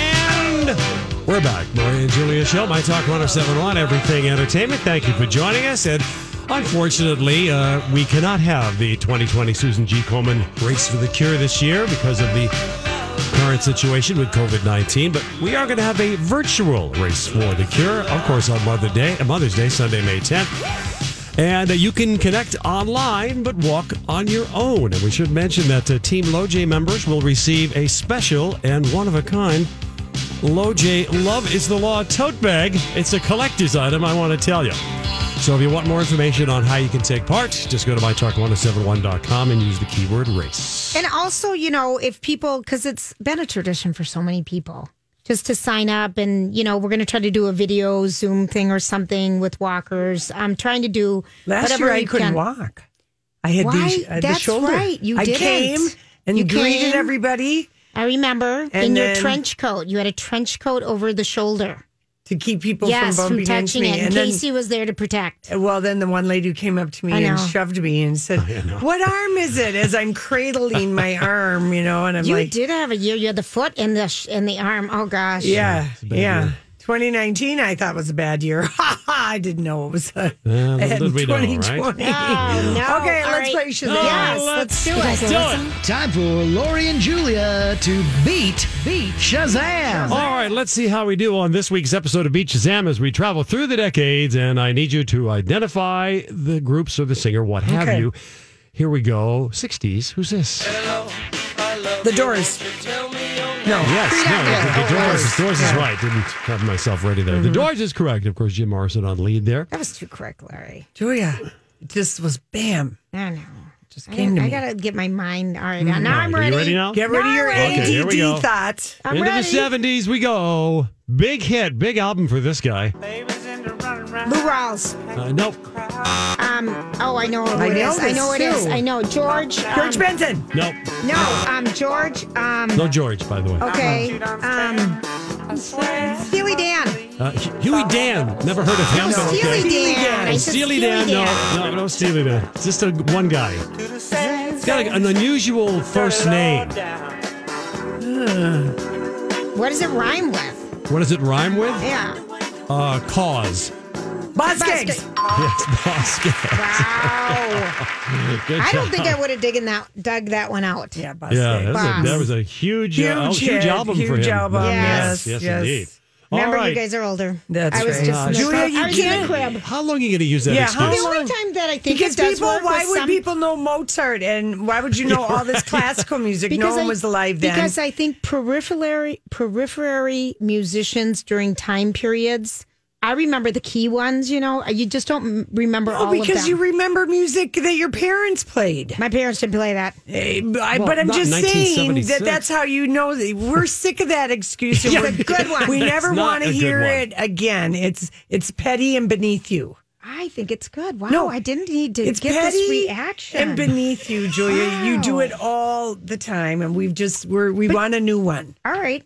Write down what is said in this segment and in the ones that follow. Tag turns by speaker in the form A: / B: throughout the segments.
A: And we're back. Maria and Julia Show, My Talk 1071, Everything Entertainment. Thank you for joining us. And unfortunately, uh, we cannot have the 2020 Susan G. Komen Race for the Cure this year because of the current situation with COVID 19. But we are going to have a virtual Race for the Cure, of course, on Mother Day, uh, Mother's Day, Sunday, May 10th. And uh, you can connect online, but walk on your own. And we should mention that uh, Team LoJ members will receive a special and one of a kind LoJ Love is the Law tote bag. It's a collector's item, I want to tell you. So if you want more information on how you can take part, just go to mytalk1071.com and use the keyword race.
B: And also, you know, if people, because it's been a tradition for so many people just to sign up and you know we're going to try to do a video zoom thing or something with walkers i'm trying to do
C: last year i couldn't can. walk i had,
B: Why?
C: these, I had
B: that's
C: the shoulder
B: right you
C: i
B: didn't.
C: came and
B: You
C: greeted
B: came.
C: everybody
B: i remember
C: And
B: in your
C: then-
B: trench coat you had a trench coat over the shoulder
C: to keep people
B: yes
C: from
B: from,
C: bumping into
B: touching
C: me
B: it and
C: and then
B: casey was there to protect
C: well then the one lady who came up to me
B: I
C: and
B: know.
C: shoved me and said what arm is it as i'm cradling my arm you know and i'm
B: you
C: like
B: did have a year you had the foot and the sh- and the arm oh gosh
C: yeah
A: a bad
C: yeah
A: year.
C: 2019 i thought was a bad year i didn't know it was a
A: Uh, little
C: and
A: did we know, right? Oh,
C: 2020
B: Oh, no.
C: okay let's
B: All right.
C: play Shazam.
B: Yes, let's, do it.
D: Time for Lori and Julia to beat beat Shazam.
A: All right, let's see how we do on this week's episode of Beach Shazam as we travel through the decades. And I need you to identify the groups or the singer, what have
C: Okay.
A: you. Here we go. 60s. Who's this?
C: the doors no
A: Yes,
D: Creed Avenue.
A: no, the, the
D: Oh,
A: Doors.
D: Doors.
A: The Doors is right. Didn't have myself ready there.
B: Mm-hmm.
A: The Doors is correct. Of course, Jim Morrison on lead there.
B: that was too quick larry
C: Julia, it just was bam.
B: i know
C: Just
B: I,
C: came to
B: I
C: me. Mm.
B: gotta get my mind all right now, now i'm
A: Are
B: ready
A: you ready now?
C: Get rid of your
A: Okay, here we go.
C: ADD thoughts.
B: i'm
A: Into
B: ready
A: the 70s we go. Big hit, big album for this guy.
B: Lou Rawls.
A: Uh, nope.
B: Um, oh, I know who
C: I
B: it
C: know
B: is. I
C: this
B: know it is.
C: too.
B: I know George. um,
C: George Benson.
A: Nope.
B: No, um, George. Um,
A: No George, by the way.
B: okay. Um, Steely Dan.
A: Uh, Huey Dan. Never heard of him. but
B: Oh, Steely
A: okay.
B: Dan. I
A: Oh,
B: said
A: Steely Dan, no, no, no, Steely Dan. It's just a one guy. He's got a, an unusual first name.
B: What does it rhyme with?
A: What does it rhyme with?
B: Yeah.
A: Uh, cause.
C: Buzzkicks.
A: Yes, boss.
B: Wow. I don't think I would have digged that, dug that one out.
C: Yeah, Buzzkicks.
A: Yeah, that was, a,
B: Boss.
A: that was a huge, uh, oh,
C: Huge,
A: huge
C: hit,
A: album for him.
C: huge album.
A: Yes,
B: Yes,
A: yes,
C: yes.
A: indeed.
B: Remember,
A: All right.
B: you guys are older.
C: That's
B: I was
C: right.
B: just in the,
C: Julia, you
B: I was in the
C: can't-
B: crib.
A: How long are you going to use that
C: Yeah,
A: excuse?
C: how
B: The
C: long-
B: only time that I think
C: Because
B: it does
C: people,
B: work
C: why
B: with
C: would
B: some-
C: people know Mozart and why would you know all this classical music? No one
B: I-
C: was alive then.
B: Because I think periphery periphery musicians during time periods. I remember the key ones. You know, you just don't m- remember all
C: oh,
B: of
C: because
B: them.
C: you remember music that your parents played.
B: My parents didn't play that.
C: Eh, but I,
A: Well,
C: but I'm
A: not
C: just saying
A: 1976.
C: that that's how you know that we're sick of that excuse. and
A: Yeah.
C: we're-
A: It's a good one.
C: We
A: It's
C: never
A: not
C: want
A: a
C: to
A: good
C: hear
A: one.
C: it again. It's it's petty and beneath you.
B: I think it's good. Wow,
C: No,
B: Oh, I didn't need to
C: it's
B: get
C: petty
B: this reaction.
C: and beneath you, Julia. You do
B: Wow.
C: it all the time, and we've just we're, we want a new one.
B: all right,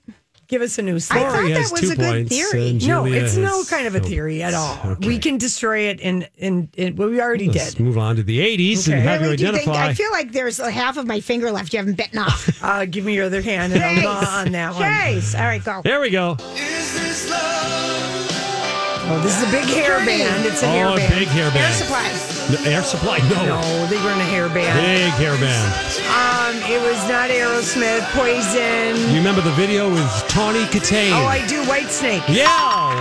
C: Give us a new
B: I
C: song.
B: thought
A: Lori
B: that
A: has
B: was
A: two
B: a good
A: points,
B: theory.
A: and
C: No,
A: Julia
C: it's no
A: has-
C: kind of a
A: no.
C: theory at all.
A: Okay.
C: We can destroy it, and and and well, we already
A: Let's
C: did.
A: move on to the 80s and
C: Okay.
A: have
B: really?
A: you
B: Do you think
A: identify.
B: I feel like there's a half of my finger left you haven't bitten off?
C: Uh, give me your other hand, and I'll
B: Jeez.
C: gnaw on that one.
B: Jeez. All right, go.
A: there we go.
C: people. Oh, This is a big hair
B: Journey.
C: band. It's an hair
A: Oh, a
C: band.
A: big hair band.
B: Air supply.
A: No, Air Supply? No.
C: No, they were in a hair band.
A: Big hair band.
C: Um, it was not Aerosmith, Poison.
A: You remember the video with Tawny Katane?
C: Oh, I do. White Snake.
A: Yeah,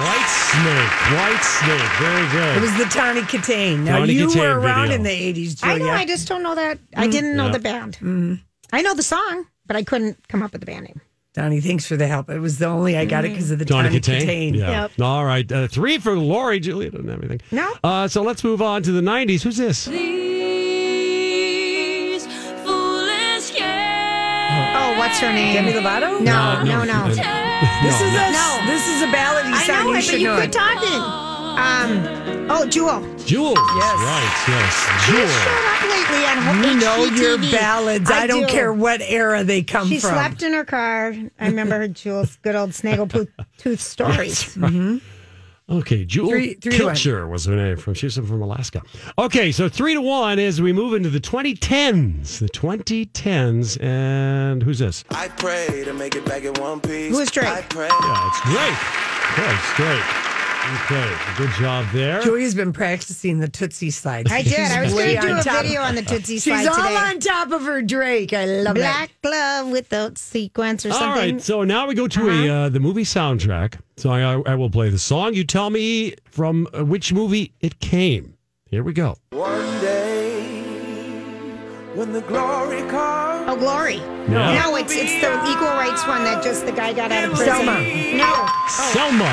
A: White Snake. White Snake. Very good.
C: It was the Tawny Katane. Now
A: Tawny
C: you
A: Katane
C: were around
A: video.
C: in the '80s, Julia.
B: I know. I just don't know that. I
C: Mm.
B: didn't know
A: Yeah.
B: the band.
C: Mm-hmm.
B: I know the song, but I couldn't come up with the band name.
C: Donnie, thanks for the help. It was the only I
B: Mm.
C: got it because of the
A: Tawny
C: Tawny
A: Katane?
C: Katane.
A: Yeah.
B: Yep.
A: All right. Uh, three for Lori. Julia doesn't have anything.
B: No.
A: Uh, so let's move on to the 90s. Who's this?
E: These foolish years.
B: Oh, what's her name?
C: Demi Lovato?
B: No, no, no.
A: This
C: This is a
B: No.
C: this is a ballad you
B: I
C: sound.
B: know
C: you
B: it,
C: should
B: but you
C: know
B: quit
C: it.
B: talking. Um. Oh, Jewel.
A: Jewel.
C: Yes.
A: Right. Yes.
B: She
A: Jewel.
B: showed up lately on
C: You know
B: HGTV.
C: your ballads. I, don't
B: do.
C: care what era they come
B: She
C: from.
B: slept in her car. I remember her Jewel's good old snaggletooth stories.
A: Okay, Jewel
C: Three- three to one.
A: Pilcher was her name from she's from Alaska. Okay, so three to one as we move into the 2010s. The 2010s, and who's this?
F: I pray to make it back in one piece.
B: Who's Drake?
F: I pray.
A: Yeah, it's great. Yeah, it's great. Okay, good job there.
C: Julia's been practicing the Tootsie slides.
B: I did. I was
C: way
B: going to do
C: on
B: a
C: top.
B: video on the Tootsie slide
C: She's all
B: today.
C: on top of her Drake. I love
B: Black glove without sequence or something.
A: All right, so now we go to
C: Uh-huh.
A: a uh, the movie soundtrack. So I, I will play the song. You tell me from uh, which movie it came. Here we go.
F: One day when the glory comes.
B: Oh, Glory.
A: No.
B: No, it's it's the equal rights one that just the guy got out of prison.
C: Selma.
B: No.
A: Selma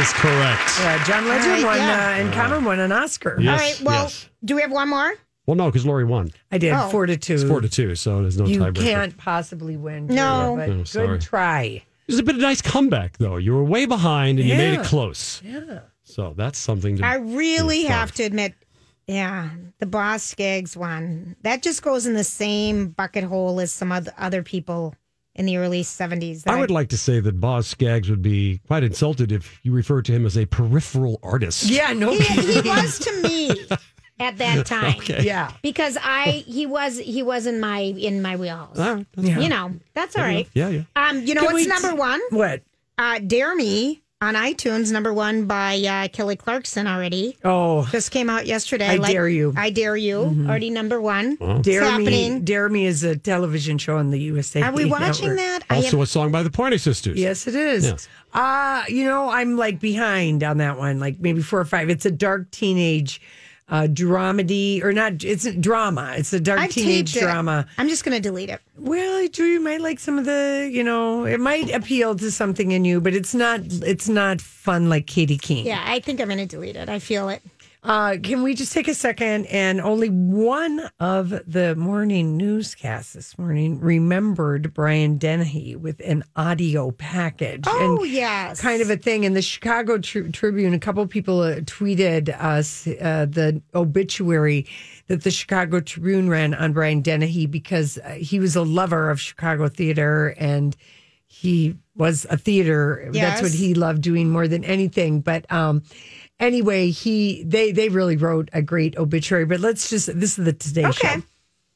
A: is correct.
C: it. Oh, Yeah, John Legend
B: All right,
C: won
B: yeah.
C: uh, and Common won an Oscar.
A: Yes,
B: All right. Well,
A: yes.
B: do we have one more?
A: Well, no, because Lori won.
C: I did
B: Oh.
C: four to two.
A: It's four to two, so there's no
C: You
A: tiebreaker.
C: can't possibly win.
B: No.
C: Julia, but
A: No,
C: good
A: sorry.
C: try.
A: It was a bit of a nice comeback, though. You were way behind and you made
C: Yeah.
A: it close.
C: Yeah.
A: So that's something to.
B: I really
A: Yeah,
B: have to admit, yeah, the Boss Skaggs one. That just goes in the same bucket hole as some oth- other people in the early 70s. that
A: I would like to say that Boz Skaggs would be quite insulted if you referred to him as a peripheral artist.
C: Yeah, no.
B: He, he was to me at that time.
C: yeah.
B: Because I he was he was in my in my wheelhouse.
A: All right. That's-
C: Yeah.
B: You know, that's all right.
A: Yeah, yeah.
B: Um, you know
C: Can we-
B: what's number one?
C: What?
B: Uh, Dare Me on iTunes, number one by uh, Kelly Clarkson already.
C: Oh,
B: Just came out yesterday.
C: I Dare You.
B: I dare you. Already number one.
C: Dare Me,
B: happening.
C: Dare Me is a television show on the USA.
B: Are we watching
C: network.
B: that? I
A: Also,
B: am,
A: a song by the Pointer Sisters.
C: Yes, it is.
A: Yes.
C: Uh, you know, I'm like behind on that one, like maybe four or five. It's a dark teenage uh, dramedy, or not, it's a drama. It's a dark
B: I've
C: teenage
B: taped it.
C: drama.
B: I'm just going to delete it.
C: Well, Drew, you might like some of the, you know, it might appeal to something in you, but it's not, it's not fun like Katie Keene.
B: Yeah, I think I'm going to delete it. I feel it.
C: Uh, can we just take a second and only one of the morning newscasts this morning remembered Brian Dennehy with an audio package.
B: Oh,
C: and
B: yes.
C: Kind of a thing. In the Chicago tri- Tribune, a couple people uh, tweeted us uh, the obituary that the Chicago Tribune ran on Brian Dennehy because uh, he was a lover of Chicago theater and he was a theater. That's what
B: Yes.
C: he he loved doing more than anything. But um, anyway, he they they really wrote a great obituary. But let's just this is the Today Show.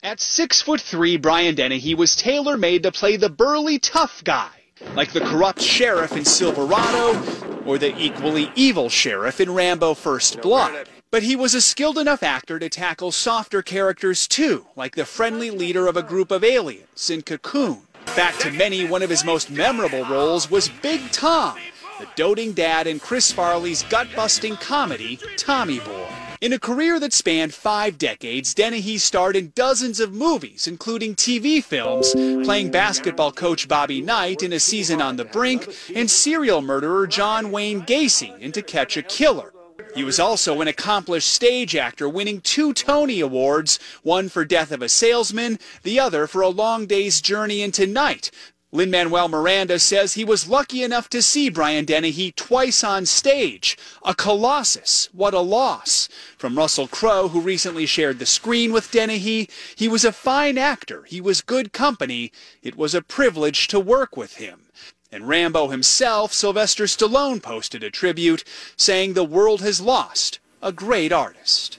G: At six foot three, Brian Dennehy was tailor made to play the burly tough guy, like the corrupt sheriff in Silverado or the equally evil sheriff in Rambo First Blood. But he was a skilled enough actor to tackle softer characters too, like the friendly leader of a group of aliens in Cocoon. Back to many, one of his most memorable roles was Big Tom, the doting dad in Chris Farley's gut busting comedy, Tommy Boy. In a career that spanned five decades, Dennehy starred in dozens of movies, including TV films, playing basketball coach Bobby Knight in A Season on the Brink, and serial murderer John Wayne Gacy in To Catch a Killer. He was also an accomplished stage actor, winning two Tony Awards, one for Death of a Salesman, the other for A Long Day's Journey into Night. Lin Manuel Miranda says he was lucky enough to see Brian Dennehy twice on stage. A colossus. What a loss. From Russell Crowe, who recently shared the screen with Dennehy, he was a fine actor. He was good company. It was a privilege to work with him. And Rambo himself, Sylvester Stallone, posted a tribute saying the world has lost a great artist.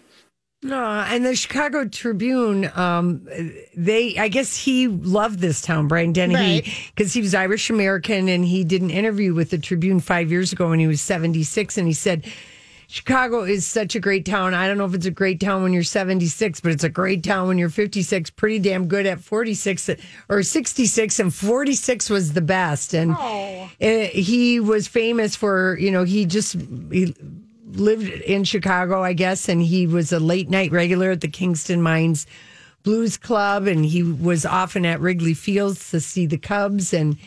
C: No, and the Chicago Tribune, um, they I guess he loved this town, Brian Dennehy,
B: Right.
C: because he was Irish American and he did an interview with the Tribune five years ago when he was seventy six, and he said Chicago is such a great town. I don't know if it's a great town when you're 76, but it's a great town when you're 56. Pretty damn good at 46 or 66, and 46 was the best. And eh, he was famous for, you know, he just he lived in Chicago, I guess, and he was a late night regular at the Kingston Mines Blues Club, and he was often at Wrigley Fields to see the Cubs and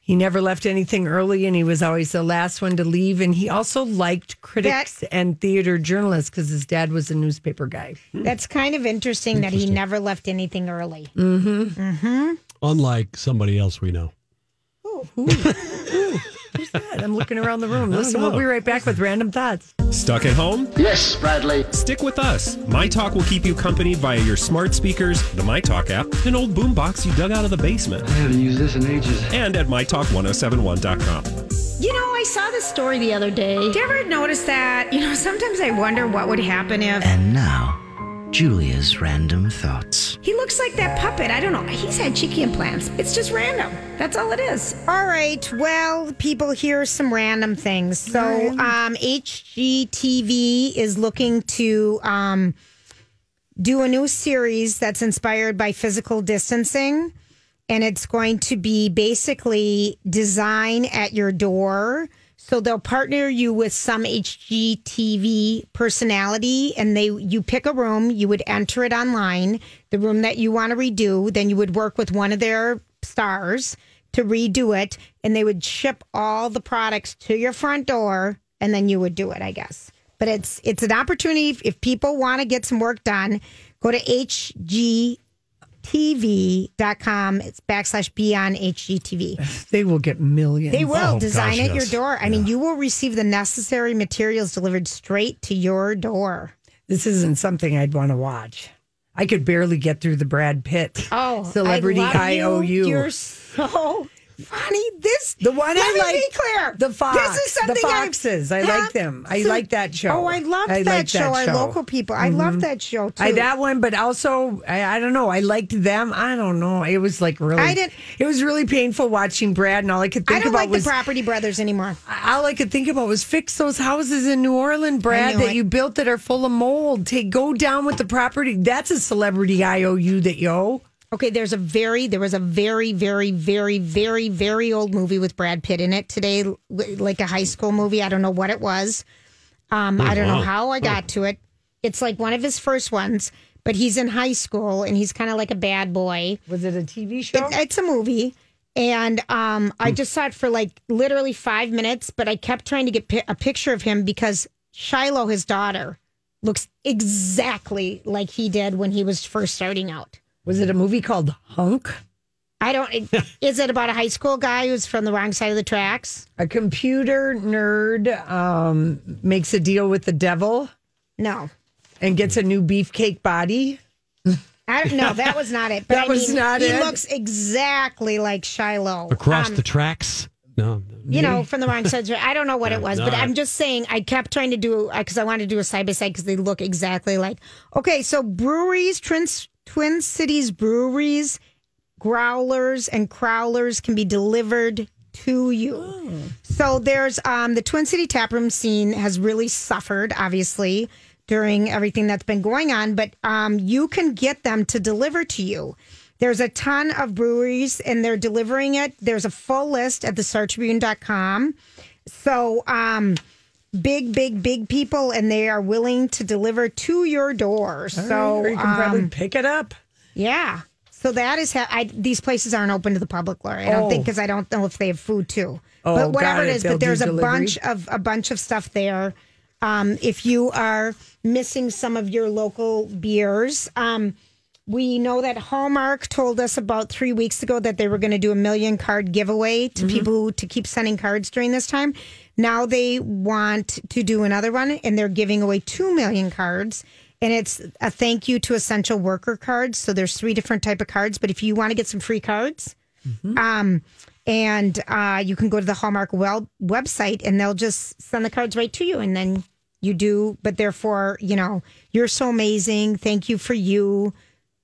C: he never left anything early and he was always the last one to leave and he also liked critics and theater journalists because his dad was a newspaper guy
B: That's kind of interesting, that he never left anything early.
A: Unlike somebody else we know.
C: God, i'm looking around the room listen we'll
A: know.
C: be right back with random thoughts
H: Stuck at home?
I: Yes, Bradley.
H: Stick with us. My Talk will keep you company via your smart speakers, the My Talk app, an old boombox you dug out of the basement,
I: I haven't used this in ages.
H: and at mytalk1071.com.
J: You know, I saw this story the other day. Did you ever notice that? You know, sometimes I wonder what would happen if
I: And now, Julia's random thoughts.
J: he looks like that puppet. I don't know. He's had cheeky implants. It's just random. That's all it is.
B: All right. Well, people, here's some random things. So, um, HGTV is looking to um, do a new series that's inspired by physical distancing. And it's going to be basically design at your door. So they'll partner you with some HGTV personality, and they you pick a room. You would enter it online, the room that you want to redo. Then you would work with one of their stars to redo it, and they would ship all the products to your front door, and then you would do it. I guess, but it's it's an opportunity if, if people want to get some work done. Go to hgtv.com. It's backslash beyond hgtv.
C: they will get millions
B: They will
A: Oh,
B: design
A: gosh,
B: at
A: yes.
B: your door. I mean, you will receive the necessary materials delivered straight to your door.
C: this isn't something i'd want to watch i could barely get through the brad pitt celebrity
B: Oh, I love
C: iou
B: you. You're so funny. This
C: The one
B: let
C: I
B: me
C: like-
B: Be clear.
C: the Fox,
B: This is
C: the
B: something
C: Foxes. I
B: I
C: like them. I like that show.
B: Oh, I love
C: I
B: that,
C: like that
B: show. Our
C: show. Mm-hmm.
B: local people. I love that show too.
C: I, that one, but also I, I don't know. I liked them. I don't know. It was like really.
B: I didn't-
C: It was really painful watching Brad, and all I could
B: I
C: think
B: don't
C: about
B: like
C: was
B: the Property Brothers anymore.
C: all I could think about was fix those houses in New Orleans, Brad,
B: knew
C: that
B: it.
C: you built that are full of mold. Take go down with the property. That's a celebrity IOU that you owe.
B: Okay, there's a very there was a very very very very very old movie with Brad Pitt in it today, l- like a high school movie. I don't know what it was. Um, I don't know
A: wow.
B: how I got to it. It's like one of his first ones, but he's in high school and he's kind of like a bad boy.
C: Was it a TV
B: It, it's a movie. And um, I just saw it for like literally five minutes, but I kept trying to get pi- a picture of him because Shiloh, his daughter, looks exactly like he did when he was first starting out.
C: Was it a movie called Hunk?
B: I don't. it- is it about a high school guy who's from the wrong side of the tracks?
C: A computer nerd um, makes a deal with the devil
B: No,
C: and gets a new beefcake body.
B: I don't. No, that was not it. But
C: That
B: I
C: was
B: mean,
C: not
B: he
C: it?
B: looks exactly like Shiloh.
A: Across
B: Um,
A: the tracks? No.
B: you know, from the wrong side. of the- I don't know what it was,
A: no,
B: but
A: I-
B: I'm just saying I kept trying to do because I wanted to do a side by side because they look exactly like. Okay, so breweries, Twin, Twin Cities breweries, growlers, and crowlers can be delivered to you. So there's um, the Twin City taproom scene has really suffered, obviously, during everything that's been going on, but um, you can get them to deliver to you. There's a ton of breweries and they're delivering it. There's a full list at thestartribune.com. So, um, big, big, big people, and they are willing to deliver to your door. so,
C: Or you can
B: um,
C: probably pick it up.
B: yeah. So that is how I, these places aren't open to the public, Lori. I don't think
C: Oh.
B: because I don't know if they have food too.
C: Oh,
B: but whatever
C: got
B: it
C: it.
B: is,
C: They'll
B: but
C: do
B: there's a
C: delivery.
B: bunch of a bunch of stuff there. Um, if you are missing some of your local beers, um, we know that Hallmark told us about three weeks ago that they were going to do a million card giveaway to people who, to keep sending cards during this time. Now they want to do another one, and they're giving away two million cards. And it's a thank you to essential worker cards. So there's three different type of cards. But if you want to get some free cards, um, and uh, you can go to the Hallmark well website, and they'll just send the cards right to you, and then you do. But therefore, you know, you're so amazing. Thank you for you.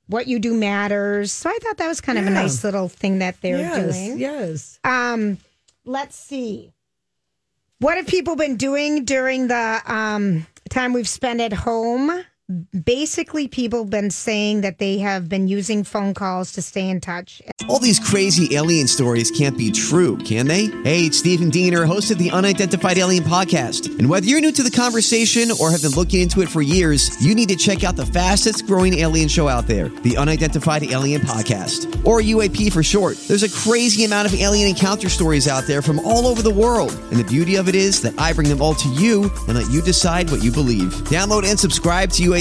B: What you do matters. So I thought that was kind of a
C: Yeah.
B: nice little thing that they're
C: yes,
B: doing.
C: yes.
B: Um, let's see. What have people been doing during the um, time we've spent at home? Basically, people have been saying that they have been using phone calls to stay in touch.
K: All these crazy alien stories can't be true, can they? Hey, it's Stephen Diener, host of the Unidentified Alien Podcast. And whether you're new to the conversation or have been looking into it for years, you need to check out the fastest growing alien show out there, the Unidentified Alien Podcast, or UAP for short. There's a crazy amount of alien encounter stories out there from all over the world. And the beauty of it is that I bring them all to you and let you decide what you believe. Download and subscribe to UAP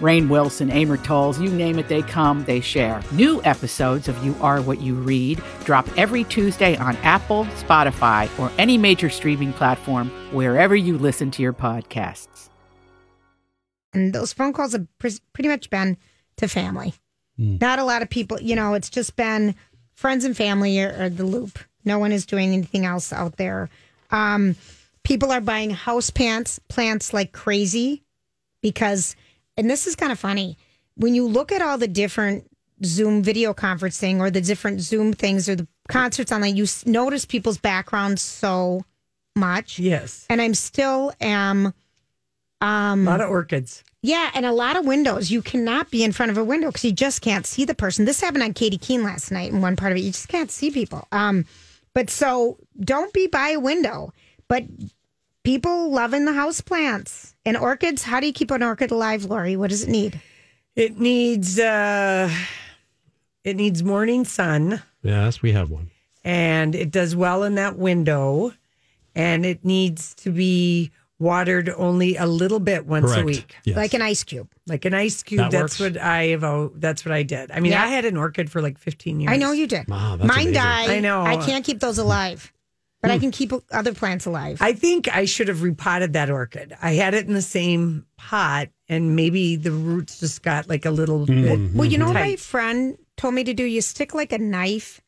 L: Rain Wilson, Amor Tolls, you name it, they come, they share. New episodes of You Are What You Read drop every Tuesday on Apple, Spotify, or any major streaming platform wherever you listen to your podcasts.
B: And those phone calls have pres- pretty much been to family. Not a lot of people, you know, it's just been friends and family are, are the loop. No one is doing anything else out there. Um, people are buying house plants, plants like crazy because, and this is kind of funny, when you look at all the different Zoom video conferencing or the different Zoom things or the concerts online, you s- notice people's backgrounds so much.
C: Yes.
B: And I'm still am.
C: A
B: Um,
C: lot of orchids.
B: yeah, and a lot of windows. You cannot be in front of a window because you just can't see the person. This happened on Katie Keene last night in one part of it. You just can't see people. Um, but so don't be by a window. But people loving the house plants and orchids. How do you keep an orchid alive, Lori? What does it need?
C: It needs uh it needs morning sun
A: Yes, we have one.
C: and it does well in that window and it needs to be watered only a little bit once a
A: Correct.
C: week.
A: Yes.
B: Like an ice cube.
C: Like an ice cube.
A: That
C: that's
A: works.
C: what I have oh, that's what I did. I mean,
B: Yeah.
C: I had an orchid for like 15 years.
B: I know you did.
A: Wow, that's amazing.
B: Mine
A: Hmm.
B: died.
C: I know.
B: I can't keep those alive, but I can keep other plants alive.
C: I think I should have repotted that orchid. I had it in the same pot and maybe the roots just got like a little bit
B: Well, you know what
C: tight.
B: my friend told me to do? You stick like a knife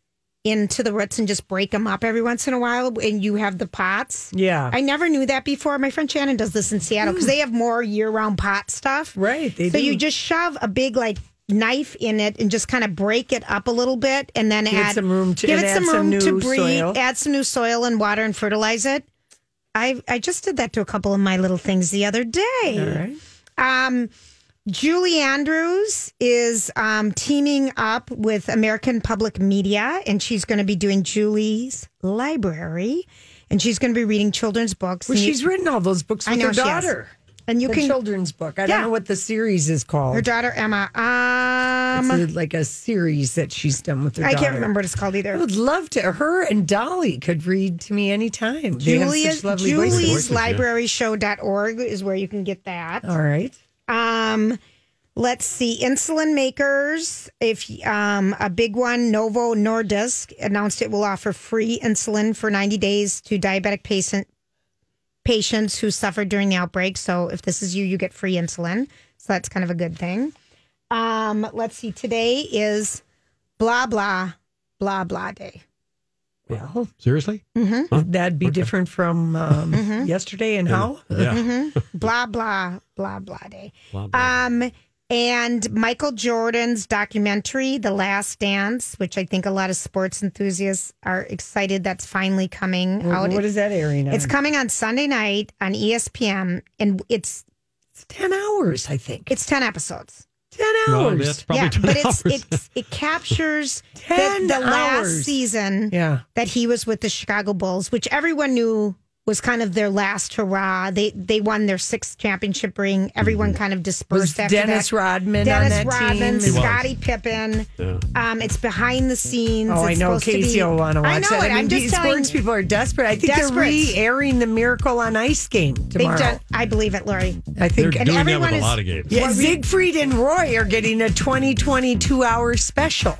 B: into the roots and just break them up every once in a while, and you have the pots.
C: Yeah. Mm.
B: I never knew that before. My friend Shannon does this in Seattle because they have more year round pot stuff.
C: right. They
B: so
C: do.
B: you just shove a big, like, knife in it and just kind of break it up a little bit and then
C: Give it
B: add
C: some room to-
B: give
C: and
B: it
C: add
B: some
C: some
B: room to
C: new
B: breathe
C: soil.
B: add some new soil and water and fertilize it i i just did that to a couple of my little things the other day
C: All right.
B: um, Julie Andrews is um, teaming up with American Public Media, and she's going to be doing Julie's Library, and she's going to be reading children's books.
C: Well,
B: and you-
C: she's written all those books
B: I
C: with
B: know
C: her
B: she has.
C: daughter.
B: and you
C: the
B: can
C: children's book. I
B: Yeah.
C: don't know what the series is called.
B: her daughter Emma. Um,
C: it's a- like a series that she's done with her
B: I
C: daughter.
B: can't remember what it's called
C: I
B: either.
C: would love to. Her and Dolly could read to me anytime. They have
B: Julia,
C: such lovely voices.
B: Julie's
A: yeah.
B: Library Show.org is where you can get that.
C: All right.
B: Um, let's see, insulin makers. If um, a big one, Novo Nordisk announced it will offer free insulin for 90 days to diabetic patient patients who suffered during the outbreak. So if this is you, you get free insulin. So that's kind of a good thing. Um, let's see, today is blah blah blah blah day.
C: Well,
A: Seriously?
C: that'd be different from um, yesterday and how?
A: Yeah.
B: Blah blah blah blah day.
A: Blah, blah.
B: Um, and Michael Jordan's documentary, The Last Dance, which I think a lot of sports enthusiasts are excited that's finally coming out.
C: What is that airing?
B: It's
C: on?
B: coming on Sunday night on E ESPN, and it's
C: It's 10 hours, I think.
B: it's ten episodes.
C: 10
A: Well,
C: hours.
A: that's probably
B: yeah,
A: 10
B: but it's
A: hours.
B: it's it captures that
C: 10
B: the last
C: hours.
B: season
C: yeah.
B: that he was with the Chicago Bulls, which everyone knew was kind of their last hurrah. They they won their sixth championship ring. Everyone kind of
C: Mm-hmm. Was
B: dispersed after
C: Dennis
B: that.
C: Rodman
B: Dennis
C: on that
B: Rodman,
C: team?
B: Scotty Pippen.
A: Yeah.
B: Um, it's behind the scenes.
C: Oh, I
B: It's
C: know
B: supposed to
C: Casey
B: be-
C: will want to watch
B: I know
C: that.
B: it.
C: I mean,
B: am
C: these
B: just telling
C: sports people are desperate. I think
B: Desperate.
C: they're re-airing the Miracle on Ice game tomorrow.
B: They've done. I believe it, Lori.
C: I
A: They're
C: think.
A: doing that
B: and
A: with
B: everyone
A: a
B: is-
A: lot of games.
C: Yeah, Siegfried and Roy are getting a 2022 hour special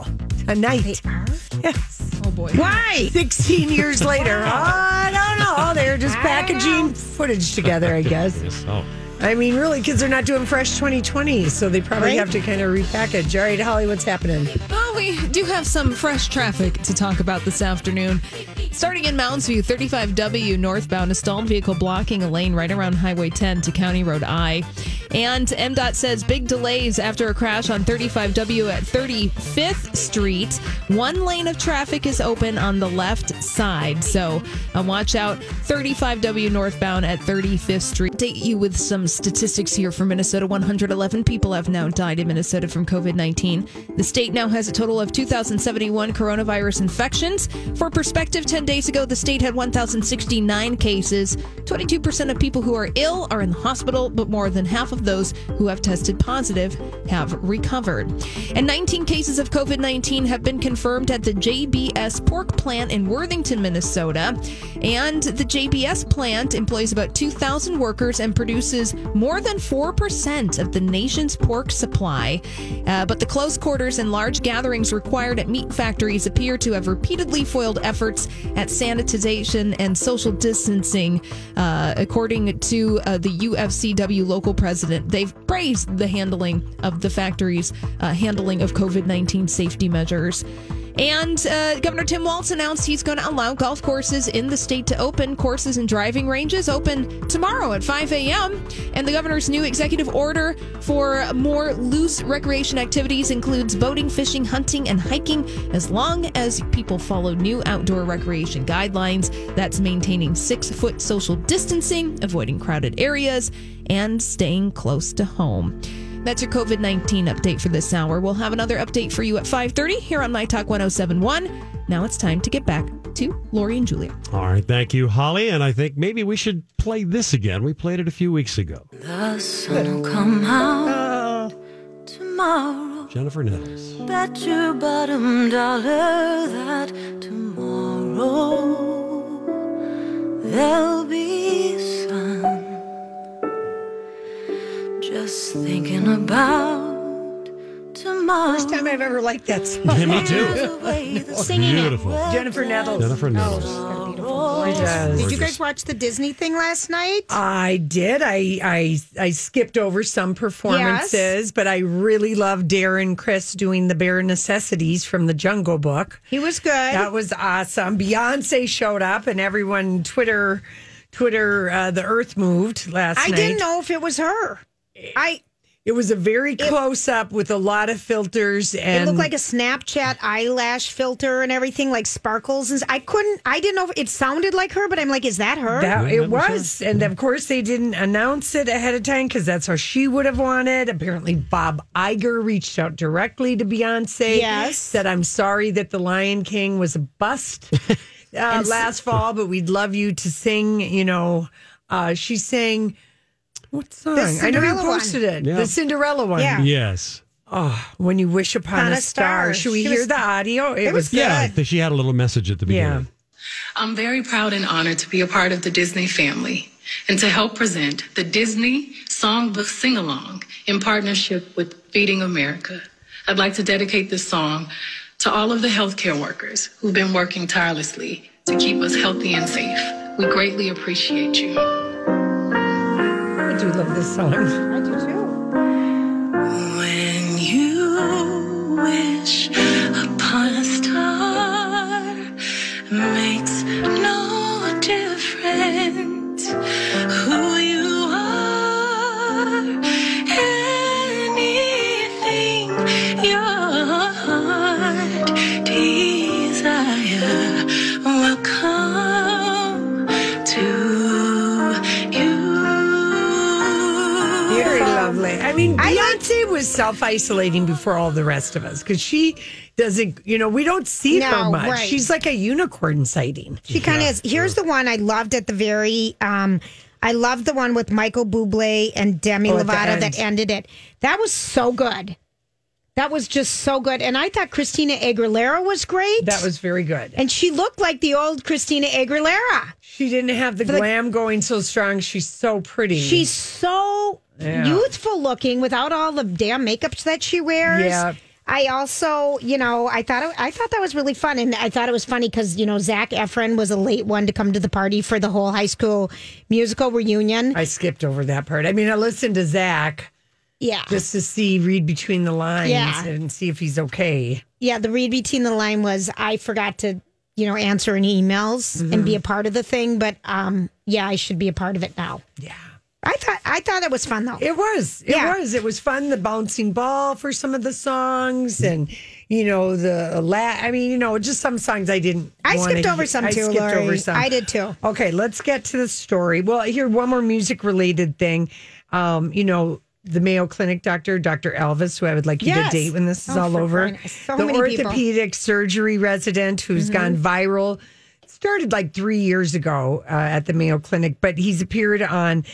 B: They
C: tonight.
B: are.
C: Yes.
J: Oh boy.
C: Why? 16 years later. Oh, I don't know. They're just
B: I don't
C: packaging footage together, I guess.
A: Yes. Oh,
C: I mean, really, because they're not doing fresh 2020, so they probably
B: Right.
C: have to kind of repackage. All right, Holly, what's happening?
J: Oh, we
M: we do have some fresh traffic to talk about this afternoon. Starting in Mounds View, 35W northbound, a stalled vehicle blocking a lane right around Highway 10 to County Road I. And MDOT says big delays after a crash on 35W at 35th Street. One lane of traffic is open on the left side, so uh, watch out. 35W northbound at 35th Street. Date you with some statistics here for Minnesota. 111 people have now died in Minnesota from COVID 19. The state now has a total of 2,071 coronavirus infections. For perspective, 10 days ago, the state had 1,069 cases. 22% of people who are ill are in the hospital, but more than half of those who have tested positive have recovered. And 19 cases of COVID 19 have been confirmed at the JBS pork plant in Worthington, Minnesota. And the JBS plant employs about 2,000 workers and produces more than 4% of the nation's pork supply. Uh, but the close quarters and large gatherings required at meat factories appear to have repeatedly foiled efforts at sanitization and social distancing, uh, according to uh, the UFCW local president. They've praised the handling of the factories' uh, handling of COVID 19 safety measures. And uh, Governor Tim Walz announced he's going to allow golf courses in the state to open. Courses and driving ranges open tomorrow at 5 a.m. And the governor's new executive order for more loose recreation activities includes boating, fishing, hunting, and hiking as long as people follow new outdoor recreation guidelines. That's maintaining six foot social distancing, avoiding crowded areas, and staying close to home. That's your COVID 19 update for this hour. We'll have another update for you at 5:30 here on My Talk 1071. Now it's time to get back to Lori and Julia.
A: All right, thank you, Holly. And I think maybe we should play this again. We played it a few weeks ago.
E: The sun will come out tomorrow.
A: Jennifer Nettles.
E: Bet your bottom dollar that tomorrow there'll be sun. Just thinking about tomorrow.
C: First time I've ever liked that song.
A: Yeah, me too.
E: Singing it.
A: Beautiful.
C: Jennifer Nettles.
A: Jennifer Nettles.
C: Gorgeous.
B: Did you guys watch the Disney thing last night?
C: I did. I I I skipped over some performances, but I really love Darren Chris doing the bare necessities from the Jungle Book.
B: He was good.
C: That was awesome. Beyonce showed up, and everyone Twitter Twitter uh, the Earth moved last
B: I
C: night.
B: didn't know if it was her. I
C: It was a very close up with a lot of filters, and
B: it looked like a Snapchat eyelash filter and everything, like sparkles. And s- I couldn't. I didn't know. If it sounded like her, but I'm like, is that her?
C: That, it was, and of course they didn't announce it ahead of time because that's how she would have wanted. Apparently, Bob Iger reached out directly to Beyonce.
B: Yes.
C: said I'm sorry that the Lion King was a bust uh, last fall, but we'd love you to sing. You know, uh, she sang what song? I know you
B: Cinderella one.
C: posted it.
A: Yeah.
C: The Cinderella one.
B: Yeah.
A: Yes.
C: Oh, when you wish upon, a, star. Should we
N: She
C: hear
N: was-
C: the audio? It, was,
A: Yeah, th- she had a little message at the beginning.
N: I'm very proud and honored to be a part of the Disney family and to help present the Disney Songbook Sing Along in partnership with Feeding America. I'd like to dedicate this song to all of the healthcare workers who've been working tirelessly to keep us healthy and safe. We greatly appreciate you.
C: I do love this song.
B: I do too.
E: When you wish upon a star, makes no difference who you are. Anything your heart desire will come to you.
C: Very lovely. I mean,
B: I like-
C: Beyonce was self isolating before all the rest of us because she doesn't, you know, we don't see her
B: No,
C: much.
B: right.
C: She's like a unicorn sighting.
B: She kind of is. Here's the one I loved at the very. Um, I loved the one with Michael Bublé and Demi
C: Oh, at the
B: Lovato
C: end.
B: that ended it. That was so good. That was just so good. And I thought Christina Aguilera was great.
C: That was very good.
B: And she looked like the old Christina Aguilera.
C: She didn't have the,
B: The-
C: glam going so strong. She's so pretty.
B: She's so
C: Yeah.
B: youthful looking without all the damn makeups that she wears.
C: Yeah.
B: I also, you know, I thought it, I thought that was really fun, and I thought it was funny because you know Zach Efron was a late one to come to the party for the whole high school musical reunion.
C: I skipped over that part. I mean, I listened to Zach.
B: Yeah.
C: Just to see, read between the lines
B: Yeah.
C: and see if he's okay.
B: Yeah, the read between the line was I forgot to, you know, answer any emails
C: Mm-hmm.
B: and be a part of the thing, but um, yeah, I should be a part of it now. Yeah, I thought I thought it was fun though.
C: It was. It
B: Yeah.
C: was. It was fun. The bouncing ball for some of the songs, and you know the la- I mean, you know, just some songs I didn't.
B: I
C: wanna
B: skipped over
C: hear.
B: some
C: I
B: too,
C: skipped
B: Lori.
C: over some.
B: I did too.
C: Okay, let's get to the story. Well, here one more music related thing. Um, you know. The Mayo Clinic doctor, Dr. Elvis, who I would like you
B: Yes.
C: to date when this is
B: Oh,
C: all
B: for
C: over.
B: goodness. So
C: the
B: many people. Mm-hmm.
C: orthopedic surgery resident who's gone viral started like three years ago uh, at the Mayo Clinic, but he's appeared on,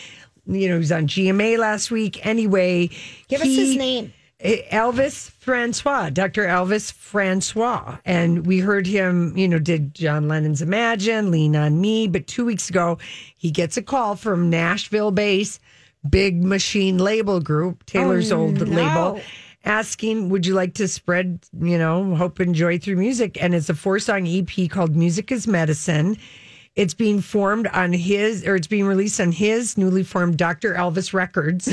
C: you know, he was on GMA last week. Anyway,
B: Give us his name.
C: Eh, Elvis Francois, Dr. Elvis Francois. And we heard him, you know, did John Lennon's Imagine, Lean on Me. But two weeks ago, he gets a call from Nashville based Big Machine Label Group, Taylor's old label, asking, Would you like to spread, you know, hope and joy through music? And it's a four song EP called Music is Medicine. It's being formed on his, or it's being released on his newly formed Dr. Elvis Records.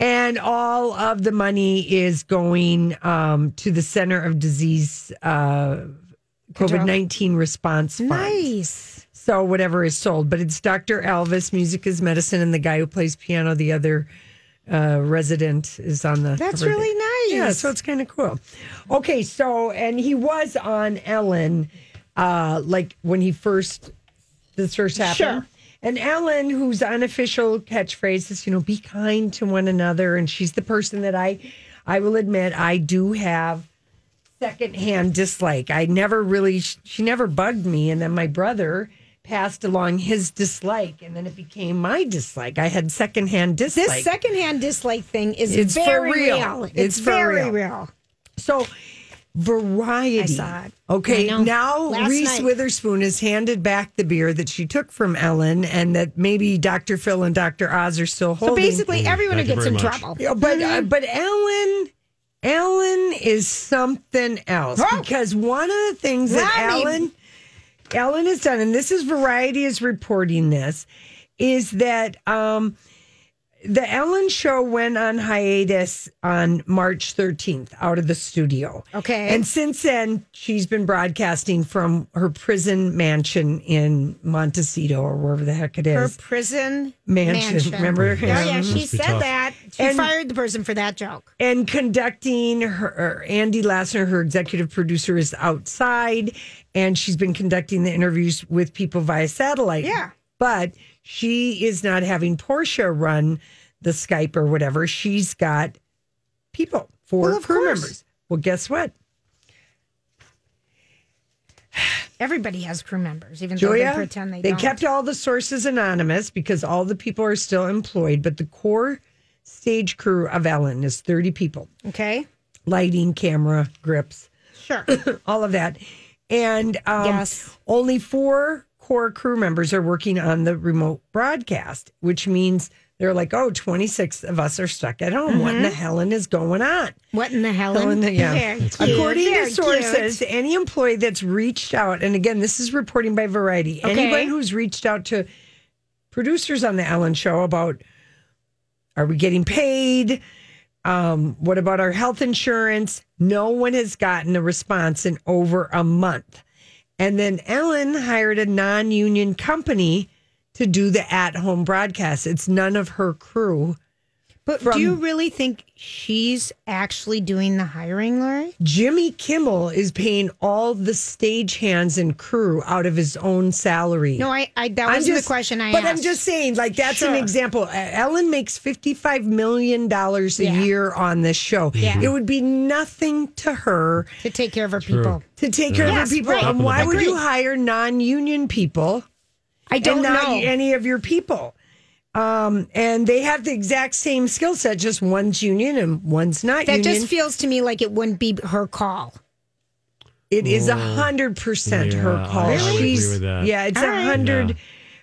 C: And all of the money is going um, to the Center of Disease uh, COVID 19 Response Fund.
B: Nice.
C: So, whatever is sold, but it's Dr. Elvis, Music is Medicine, and the guy who plays piano, the other uh, resident, is on the.
B: That's
C: cover there.
B: really nice.
C: Yeah, so it's kind of cool. Okay, so, and he was on Ellen, uh, like when he first, this first happened.
B: Sure.
C: And Ellen, whose unofficial catchphrase is, you know, be kind to one another. And she's the person that I, I will admit, I do have secondhand dislike. I never really, she never bugged me. And then my brother passed along his dislike. And then it became my dislike. I had secondhand dislike.
B: This secondhand dislike thing is
C: It's for
B: very
C: real.
B: It's,
C: It's for
B: very
C: real.
B: real.
C: So variety.
B: I saw it.
C: Okay,
B: I know.
C: now
B: Last
C: Reese
B: night.
C: Witherspoon has handed back the beer that she took from Ellen, and that maybe Dr. Phil and Dr. Oz are still
B: So
C: holding.
B: basically, everyone who gets in trouble.
C: Yeah, but uh, but Ellen. Ellen is something else
B: Oh.
C: because one of the things that
B: Rodney.
C: Ellen Ellen has done, and this is Variety is reporting this, is that um, the Ellen show went on hiatus on March 13th out of the studio.
B: Okay.
C: And since then, she's been broadcasting from her prison mansion in Montecito or wherever the heck it
B: Her
C: is.
B: prison
C: Mansion, remember?
B: Oh, Yeah, yeah,
C: Yeah.
B: she
C: Must be
B: said
C: tough.
B: that. She
C: And-
B: fired the person for that joke.
C: and conducting her, her- Andy Lassner, her executive producer, is outside, and she's been conducting the interviews with people via satellite.
B: Yeah.
C: but she is not having Portia run the Skype or whatever. She's got people, four
B: Well, of
C: crew
B: course.
C: members. Well, guess what?
B: Everybody has crew members, even though
C: Julia,
B: they pretend they,
C: they
B: don't.
C: kept all the sources anonymous because all the people are still employed, but the core stage crew of Ellen is 30 people.
B: Okay,
C: lighting, camera, grips,
B: sure.
C: all of that. And um, only four core crew members are working on the remote broadcast, which means they're like, oh, 26 of us are stuck at home. What in the Helen is going on?
B: What in the hell?
C: So in the- yeah.
B: Very cute,
C: According
B: very
C: to sources,
B: cute.
C: any employee that's reached out, and again, this is reporting by Variety,
B: Okay.
C: anyone who's reached out to producers on the Ellen show about are we getting paid? Um, what about our health insurance? No one has gotten a response in over a month. And then Ellen hired a non union company to do the at home broadcast. It's none of her crew.
B: But
C: from-
B: do you really think she's actually doing the hiring, Lori?
C: Jimmy Kimmel is paying all the stagehands and crew out of his own salary.
B: No, I. I that
C: I'm
B: wasn't
C: just-
B: the question I
C: but
B: asked.
C: I'm just saying, like that's an
B: Sure.
C: example. Uh, Ellen makes fifty-five million dollars a
B: Yeah.
C: year on this show.
B: Yeah.
C: It would be nothing to her
B: to take care of her people.
C: to take care
B: Yes,
C: of her people.
B: right.
C: And why would
B: Agreed.
C: you hire non-union people?
B: I don't
C: and not
B: know.
C: any of your people. Um, and they have the exact same skill set, just one's union and one's not
B: That
C: union.
B: just feels to me like it wouldn't be her call.
C: It is a hundred percent her
A: Oh, Yeah, I-
C: call.
A: I would agree
C: She's
A: with that.
C: yeah, it's
B: All
C: a
B: right.
C: hundred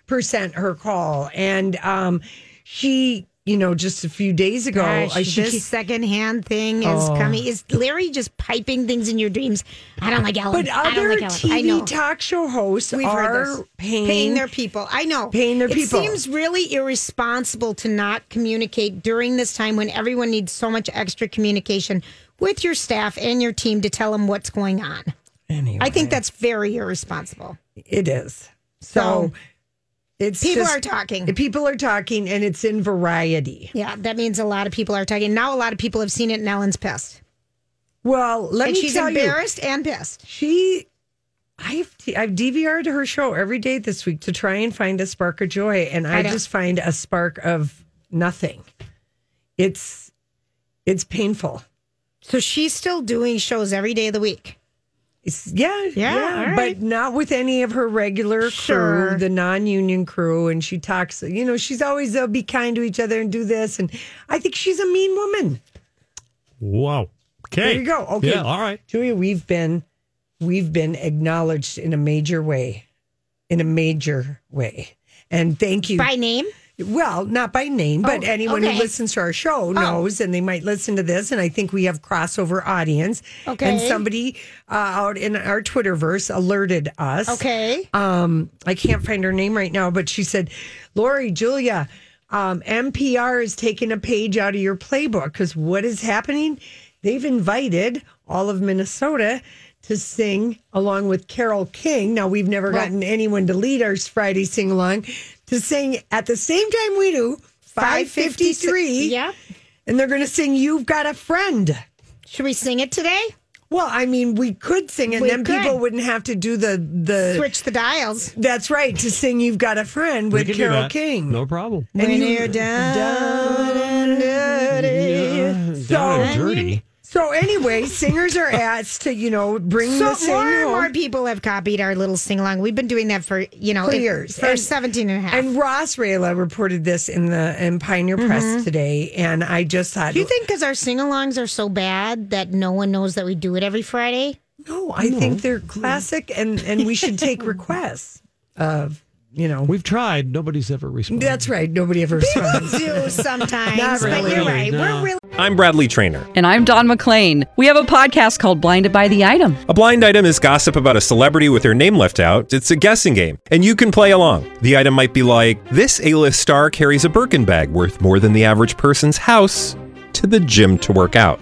C: percent her call, and um, she you know, just a few days ago. uh,
B: Gosh,
C: I should
B: this secondhand thing is
C: Oh.
B: coming. Is Larry just piping things in your dreams? I don't like Ellen.
C: But
B: I don't
C: other
B: like Ellen. I
C: TV
B: know.
C: talk show hosts
B: We've
C: are
B: heard this.
C: paying,
B: their people. I know
C: paying their
B: it
C: people.
B: seems really irresponsible to not communicate during this time when everyone needs so much extra communication with your staff and your team to tell them what's going on.
C: Anyway,
B: I think that's very irresponsible.
C: it is. So,
B: So,
C: it's
B: people
C: just-
B: are talking.
C: People are talking, and it's in variety.
B: Yeah, that means a lot of people are talking. Now a lot of people have seen it, and Ellen's pissed.
C: Well, let
B: and
C: me
B: she's
C: tell you,
B: embarrassed and pissed.
C: She, I've I've DVR'd her show every day this week to try and find a spark of joy, and I,
B: I know.
C: just find a spark of nothing. It's it's painful.
B: So she's still doing shows every day of the week.
C: It's, yeah,
B: Yeah, all right.
C: but not with any of her regular crew,
B: Sure.
C: the non-union crew, and she talks. You know, she's always they'll be kind to each other and do this, and I think she's a mean woman.
A: Wow. Okay.
C: There you go. Okay.
A: Yeah, all right.
C: Julia, we've been we've been acknowledged in a major way. In a major way. And thank you.
B: By name?
C: Well, not by name, but
B: Oh,
C: anyone
B: okay. Oh.
C: who listens to our show knows and they might listen to this. And I think we have crossover audience. And
B: Okay.
C: somebody uh, out in our Twitterverse alerted us
B: Okay.
C: um, I can't find her name right now, but she said, Lori, Julia, um, NPR is taking a page out of your playbook because what is happening? They've invited all of Minnesota to sing along with Carol King. Now, we've never
B: Right.
C: gotten anyone to lead our Friday sing along to sing at the same time we do, 553.
B: Yeah.
C: And they're going to sing You've Got a Friend.
B: Should we sing it today?
C: Well, I mean, we could sing it,
B: We
C: and then
B: could.
C: people wouldn't have to do the the
B: Switch the dials.
C: that's right. To sing "You've Got a Friend"
A: We
C: with
A: can do
C: Carol
A: that.
C: King.
A: No problem.
C: And
B: When
C: you-
B: you're down, and
C: dirty.
A: Down and
C: So-
A: dirty.
C: So anyway, singers are asked to you know bring
B: So
C: the sing
B: more and
C: home.
B: more people have copied our little sing along. We've been doing that for, you know,
C: For
B: it-
C: years.
B: For
C: And-
B: 17 and a half.
C: And Ross Rayla reported this in the in Pioneer Press today, and I just thought,
B: Do Mm-hmm. you think because our sing alongs are so bad that no one knows that we do it every Friday?
C: no, "Oh, I think they're classic, and and we should take requests of you know.
A: We've tried. Nobody's ever responded.
C: That's right. Nobody ever responds.
B: do sometimes.
C: Not
B: But
C: really,
B: you're right.
A: no.
B: We're really.
H: I'm Bradley Trainer.
O: And I'm Don McClain. We have a podcast called Blinded by the Item.
H: A blind item is gossip about a celebrity with their name left out. It's a guessing game, and you can play along. The item might be like this A list star carries a Birkin bag worth more than the average person's house to the gym to work out.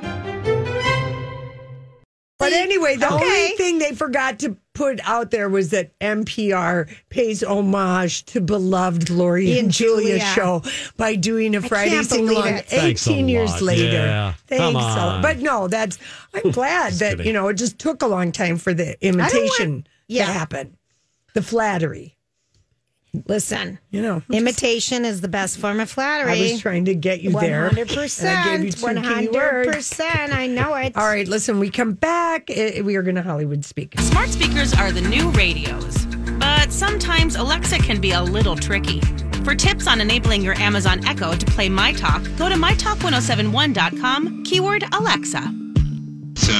C: But anyway, the
B: Okay.
C: only thing they forgot to put out there was that NPR pays homage to beloved Lori and,
B: And
C: Julia
B: Julia.
C: show by doing a Friday
B: can't
C: sing
B: believe
C: along
B: it.
A: Thanks a
C: 18 years
A: lot.
C: later.
A: Yeah. Come
C: Thanks. a lot.
A: on.
C: But no, that's, I'm glad that,
A: kidding.
C: you know, it just took a long time for the
B: want-
C: imitation
B: Yeah.
C: to happen, the flattery,
B: Listen,
C: you know.
B: imitation is the best form of flattery.
C: I was trying to get you there. and I gave
B: 100%.
C: you two key
B: 100%.
C: words.
B: I know it.
C: All right, listen, we come back. eh, We are going to Hollywood speak.
P: Smart speakers are the new radios, but sometimes Alexa can be a little tricky. For tips on enabling your Amazon Echo to play My Talk, oh go to mytalk1071.com, keyword Alexa.
Q: So,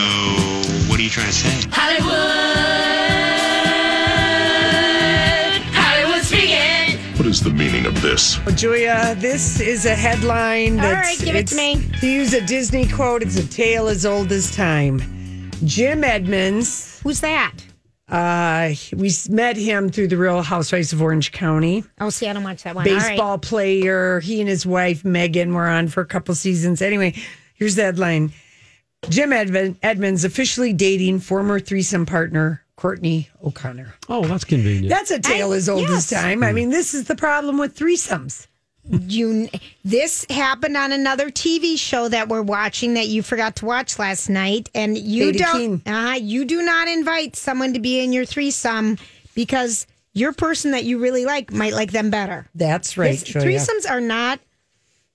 Q: what are you trying to say?
E: Hollywood, Hollywood speaking.
R: What is the meaning of this?
C: Well, Julia, this is a headline.
B: All
C: That's,
B: right, give it to
C: it's- To use a Disney quote, it's a tale as old as time. Jim Edmonds.
B: Who's that?
C: Uh, he- we s- met him through the Real Housewives of Orange County.
B: Oh, see, I don't watch that one. All right.
C: Baseball player. He and his wife Megan were on for a couple seasons. Anyway, here's the headline: Jim Edmond, Edmonds officially dating former threesome partner Courtney O'Connor.
A: Oh, that's convenient.
C: That's a tale
B: I-
C: as old as
B: yes.
C: time. I mean, this is the problem with threesomes.
B: you this happened on another TV show that we're watching that you forgot to watch last night, and you
C: Katie
B: don't. Uh, you do not invite someone to be in your threesome because your person that you really like might like them better.
C: That's right,
B: This-
C: Julia.
B: threesomes are not.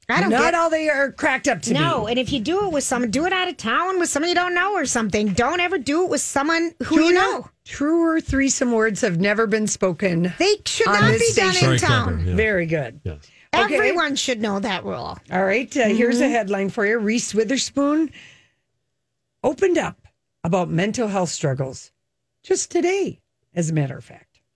B: I don't
C: Not
B: get.
C: all they are cracked up to be.
B: no, and if you do it with someone, do it out of town with someone you don't know or something. Don't ever do it with someone who you
C: Julia,
B: know.
C: Truer threesome words have never been spoken.
B: They should
C: On
B: not
C: this
B: be done
C: station.
B: in
A: Very clever,
B: town.
A: yeah.
C: Very good.
A: Yes.
B: Everyone should know that rule.
C: All right. Uh, Here's
B: Mm-hmm.
C: a headline for you Reese Witherspoon opened up about mental health struggles just today, as a matter of fact.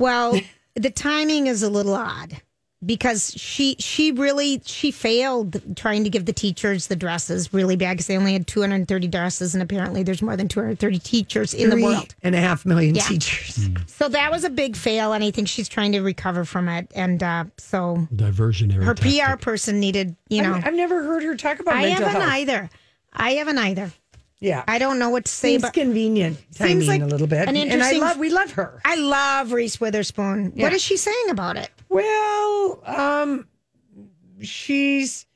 B: Well, the timing is a little odd because she she really she failed trying to give the teachers the dresses really bad because they only had 230 dresses and apparently there's more than 230 teachers in the
C: Three
B: world.
C: and a half million
B: Yeah.
C: teachers.
A: Mm.
B: So that was a big fail and I think she's trying to recover from it and uh, so
A: Diversionary.
B: her
A: tactic.
B: PR person needed, you know.
C: I've, I've never heard her talk about
B: I
C: mental
B: haven't
C: health.
B: either. I haven't either.
C: Yeah.
B: I don't know what to say.
C: Seems
B: but
C: convenient timing a little bit. And
B: An
C: I
B: interesting,
C: love- we love her.
B: I love Reese Witherspoon.
C: Yeah.
B: What is she saying about it?
C: Well, um, she's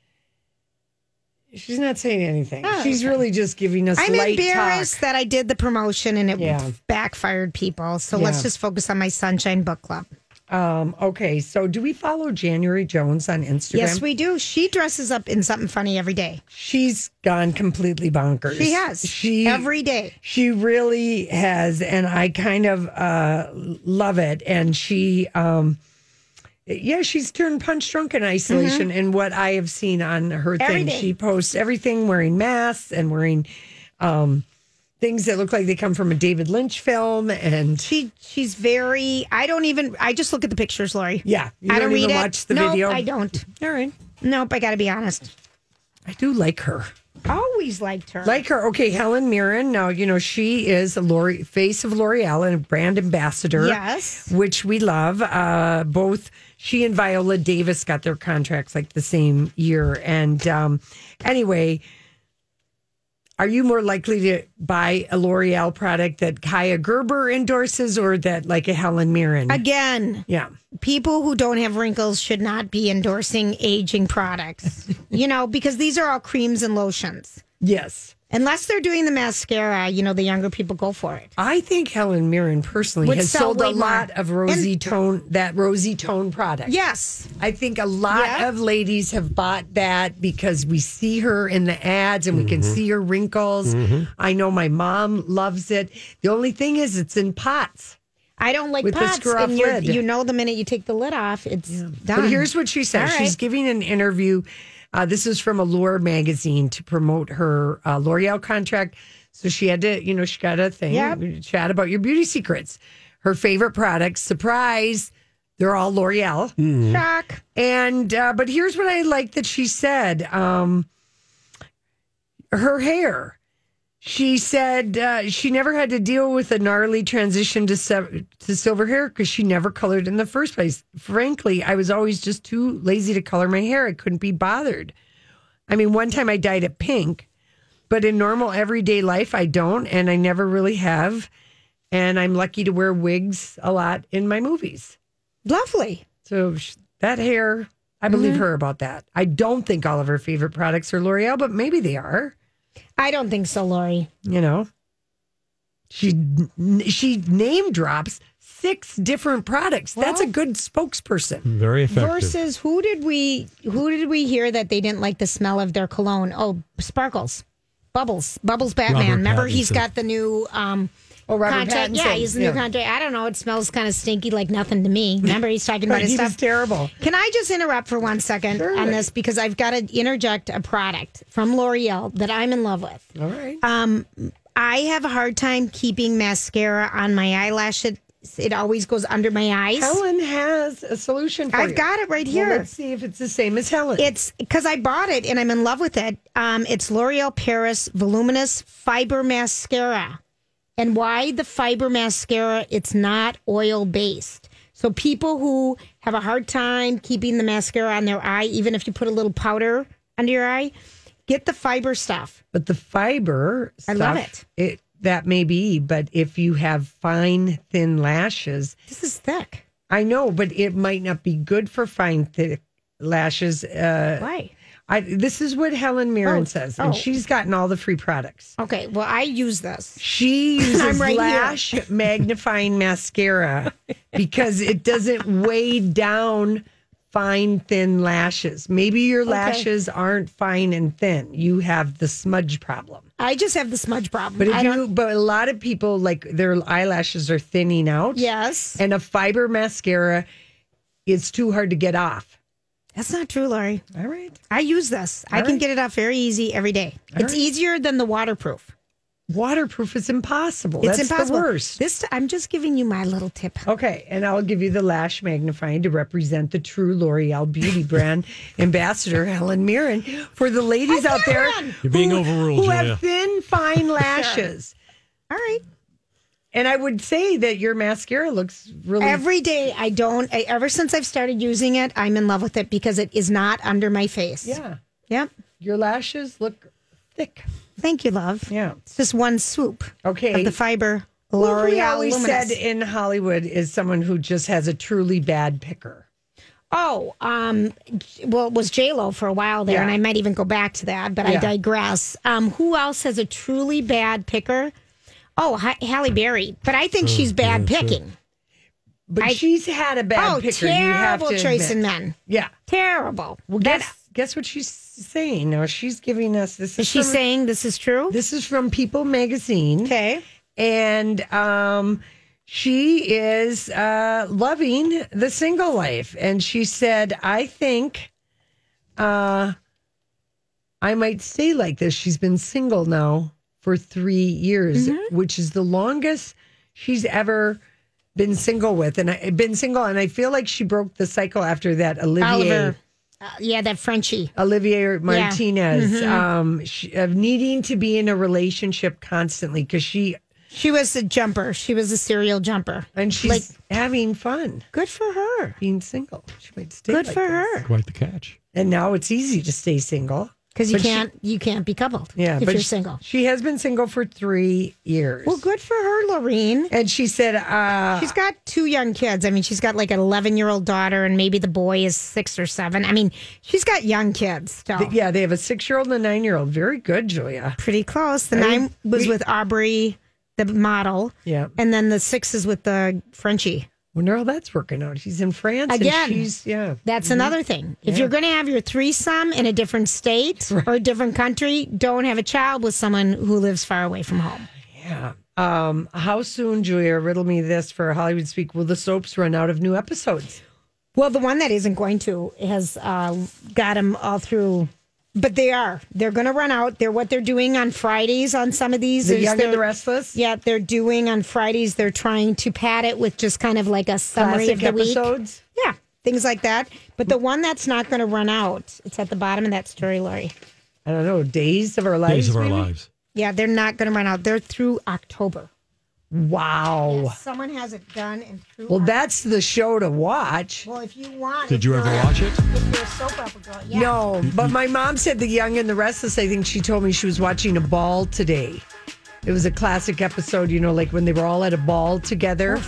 C: she's not saying anything.
B: Oh,
C: she's
B: okay.
C: really just giving us.
B: I'm
C: light
B: embarrassed that I did the promotion and it
C: Yeah.
B: backfired people. So
C: Yeah.
B: let's just focus on my Sunshine Book Club.
C: Talk. Um, okay, so do we follow January Jones on Instagram?
B: Yes, we do. She dresses up in something funny every day.
C: She's gone completely bonkers.
B: She has.
C: She
B: every day.
C: She really has, and I kind of uh, love it. And she, um, yeah, she's turned punch drunk in isolation. And what I have seen on her
B: Mm-hmm. Every
C: thing,
B: day.
C: she posts everything wearing masks and wearing um, things that look like they come from a David Lynch film. And
B: She she's very. I don't even. I just look at the pictures, Lori.
C: yeah, you
B: I don't, read
C: even
B: it.
C: watch the
B: Nope,
C: video.
B: I don't.
C: All right,
B: Nope. I got to be honest.
C: I do like her.
B: Always liked her.
C: Like her. Okay, Helen Mirren. Now, you know, she is a Lori, face of L'Oreal and a brand ambassador.
B: Yes.
C: Which we love. Uh, both she and Viola Davis got their contracts like the same year. And um, anyway, are you more likely to buy a L'Oreal product that Kaya Gerber endorses or that like a Helen Mirren?
B: again.
C: yeah.
B: people who don't have wrinkles should not be endorsing aging products, you know, because these are all creams and lotions.
C: Yes.
B: Unless they're doing the mascara, you know, the younger people go for it.
C: I think Helen Mirren personally
B: Would
C: has
B: sell
C: sold a
B: way more.
C: lot of rosy tone that rosy tone product.
B: Yes.
C: I think a lot
B: Yeah.
C: of ladies have bought that because we see her in the ads and we can see her wrinkles. I know my mom loves it. The only thing is, it's in pots.
B: I don't like
C: With the
B: pots.
C: screw-off
B: and you're-
C: lid.
B: you know, the minute you take the lid off, it's done.
C: But here's what she said
B: All
C: She's
B: right.
C: giving an interview. Uh, this is from Allure magazine to promote her uh, L'Oreal contract. So she had to, you know, she got a thing,
B: Yep.
C: chat about your beauty secrets. Her favorite products, surprise, they're all L'Oreal.
A: Mm-hmm.
B: Shock.
C: And uh, but here's what I like that she said. Um, her hair. She said uh, she never had to deal with a gnarly transition to se- to silver hair because she never colored in the first place. Frankly, I was always just too lazy to color my hair. I couldn't be bothered. I mean, one time I dyed it pink, but in normal everyday life, I don't, and I never really have. And I'm lucky to wear wigs a lot in my movies.
B: Lovely.
C: So sh- that hair, I believe
B: Mm-hmm.
C: her about that. I don't think all of her favorite products are L'Oreal, but maybe they are.
B: I don't think so, Lori.
C: You know, she n- she name drops six different products. That's a good spokesperson.
A: Very effective.
B: Versus who did we who did we hear that they didn't like the smell of their cologne? Oh, Sparkles. Bubbles. Bubbles Batman.
A: Robert
B: Remember he's
A: Pattinson.
B: got the new um
C: Oh, Robert
B: contract.
C: Pattinson.
B: Yeah, he's in the
C: Yeah.
B: new contract. I don't know. It smells kind of stinky, like nothing to me. Remember, he's talking about his
C: He
B: stuff.
C: was terrible.
B: Can I just interrupt for one second on this because I've got to interject a product from L'Oreal that I'm in love with.
C: All right.
B: Um, I have a hard time keeping mascara on my eyelash. It, it always goes under my eyes.
C: Helen has a solution for
B: I've
C: you.
B: got it right
C: Well,
B: here.
C: let's see if it's the same as Helen.
B: It's because I bought it and I'm in love with it. Um, it's L'Oreal Paris Voluminous Fiber Mascara. And why the fiber mascara? It's not oil based. So people who have a hard time keeping the mascara on their eye, even if you put a little powder under your eye, get the fiber stuff.
C: but the fiber
B: I love
C: stuff, It that may be, but if you have fine thin lashes,
B: This is thick.
C: I know, but it might not be good for fine thick lashes. Uh,
B: Why?
C: I, this is what Helen Mirren
B: Oh,
C: says, and
B: oh.
C: she's gotten all the free products.
B: Okay, well, I use this.
C: She uses
B: I'm right here.
C: lash magnifying mascara because it doesn't weigh down fine, thin lashes. Maybe your lashes aren't fine and thin. You have the smudge problem.
B: I just have the smudge problem.
C: But if
B: I don't-
C: you, but a lot of people like their eyelashes are thinning out.
B: yes.
C: And a fiber mascara is too hard to get off.
B: That's not true, Lori.
C: All right.
B: I use this. I
C: All
B: can
C: right.
B: get it off very easy every day.
C: All
B: it's
C: right.
B: easier than the waterproof.
C: Waterproof is impossible.
B: It's
C: That's the
B: impossible.
C: worst.
B: This I'm just giving you my little tip.
C: Okay, and I'll give you the lash magnifying to represent the true L'Oreal beauty brand ambassador Helen Mirren for the ladies out there
A: You're being overruled,
C: who
A: Julia.
C: have thin, fine lashes.
B: All right.
C: And I would say that your mascara looks really
B: Every day, I don't. I, ever since I've started using it, I'm in love with it because it is not under my face.
C: yeah.
B: Yep.
C: Your lashes look thick.
B: Thank you, love.
C: Yeah.
B: It's just one swoop.
C: Okay.
B: Of the fiber
C: Who we
B: L'Oreal
C: always
B: Luminous.
C: said in Hollywood is someone who just has a truly bad picker.
B: Oh, um, well, it was J Lo for a while there,
C: Yeah.
B: and I might even go back to that, but I
C: Yeah.
B: digress. Um, who else has a truly bad picker? Oh, ha- Halle Berry, but I
C: Oh,
B: think she's bad picking.
C: But
B: I-
C: she's had a bad
B: oh,
C: picker.
B: terrible
C: you have to
B: choice in
C: admit.
B: men.
C: Yeah.
B: Terrible.
C: Well, guess guess what she's saying now. She's giving us this.
B: Is she
C: from-
B: saying this is true?
C: this is from People Magazine.
B: Okay.
C: and um, she is uh, loving the single life. And she said, "I think uh, I might stay like this." She's been single now for three years,
B: Mm-hmm.
C: which is the longest she's ever been single with, and I, been single. And I feel like she broke the cycle after that Olivier.
B: Oliver. Uh, yeah, that Frenchie.
C: Olivier Martinez
B: Mhm.
C: um, she, of needing to be in a relationship constantly because she
B: She was a jumper. She was a serial jumper.
C: and she's
B: Like-
C: having fun
B: Good for her.
C: being single. She might stay.
B: Good
C: like
B: for
C: this.
B: her.
A: Quite the catch.
C: And now it's easy to stay single
B: Because you
C: But she-
B: can't you can't be coupled.
C: Yeah,
B: if
C: but
B: you're
C: she-
B: single.
C: She has been single for three years.
B: Well, good for her, Lorene.
C: and she said, uh,
B: She's got two young kids. I mean, she's got like an 11 year old daughter, and maybe the boy is six or seven. I mean, she's got young kids still.
C: th- yeah, they have a six year old and a nine year old. Very good, Julia.
B: Pretty close. The
C: I
B: nine
C: mean,
B: was
C: we-
B: with Aubrey, the model,
C: Yeah.
B: and then the six is with the Frenchie.
C: Wonder how that's working out. He's in France. and
B: Again.
C: she's, yeah.
B: That's another thing. If you're going to have your threesome in a different state or a different country, don't have a child with someone who lives far away from home.
C: Yeah. Um, how soon, Julia, riddle me this for Hollywood Speak, will the soaps run out of new episodes?
B: Well, the one that isn't going to has uh, got them all through. But they are. They're going to run out. They're what they're doing on Fridays on some of these.
C: The
B: is
C: Young
B: they're-
C: and the Restless?
B: Yeah, they're doing on Fridays. They're trying to pad it with just kind of like a summary
C: Classic
B: of the week.
C: episodes?
B: Yeah, things like that. But the one that's not going to run out, it's at the bottom of that story, Lori.
C: I don't know, Days of Our Lives?
A: Days of our
C: maybe?
A: lives.
B: Yeah, they're not going to run out. They're through October.
C: Wow.
B: Someone has it done and through.
C: Well, that's the show to watch.
B: well, if you want.
A: Did
B: if
A: you ever
B: you're-
A: watch it?
B: If you're a soap opera girl, yeah.
C: No, but my mom said The Young and the Restless. I think she told me she was watching a ball today. It was a classic episode, you know, like when they were all at a ball together.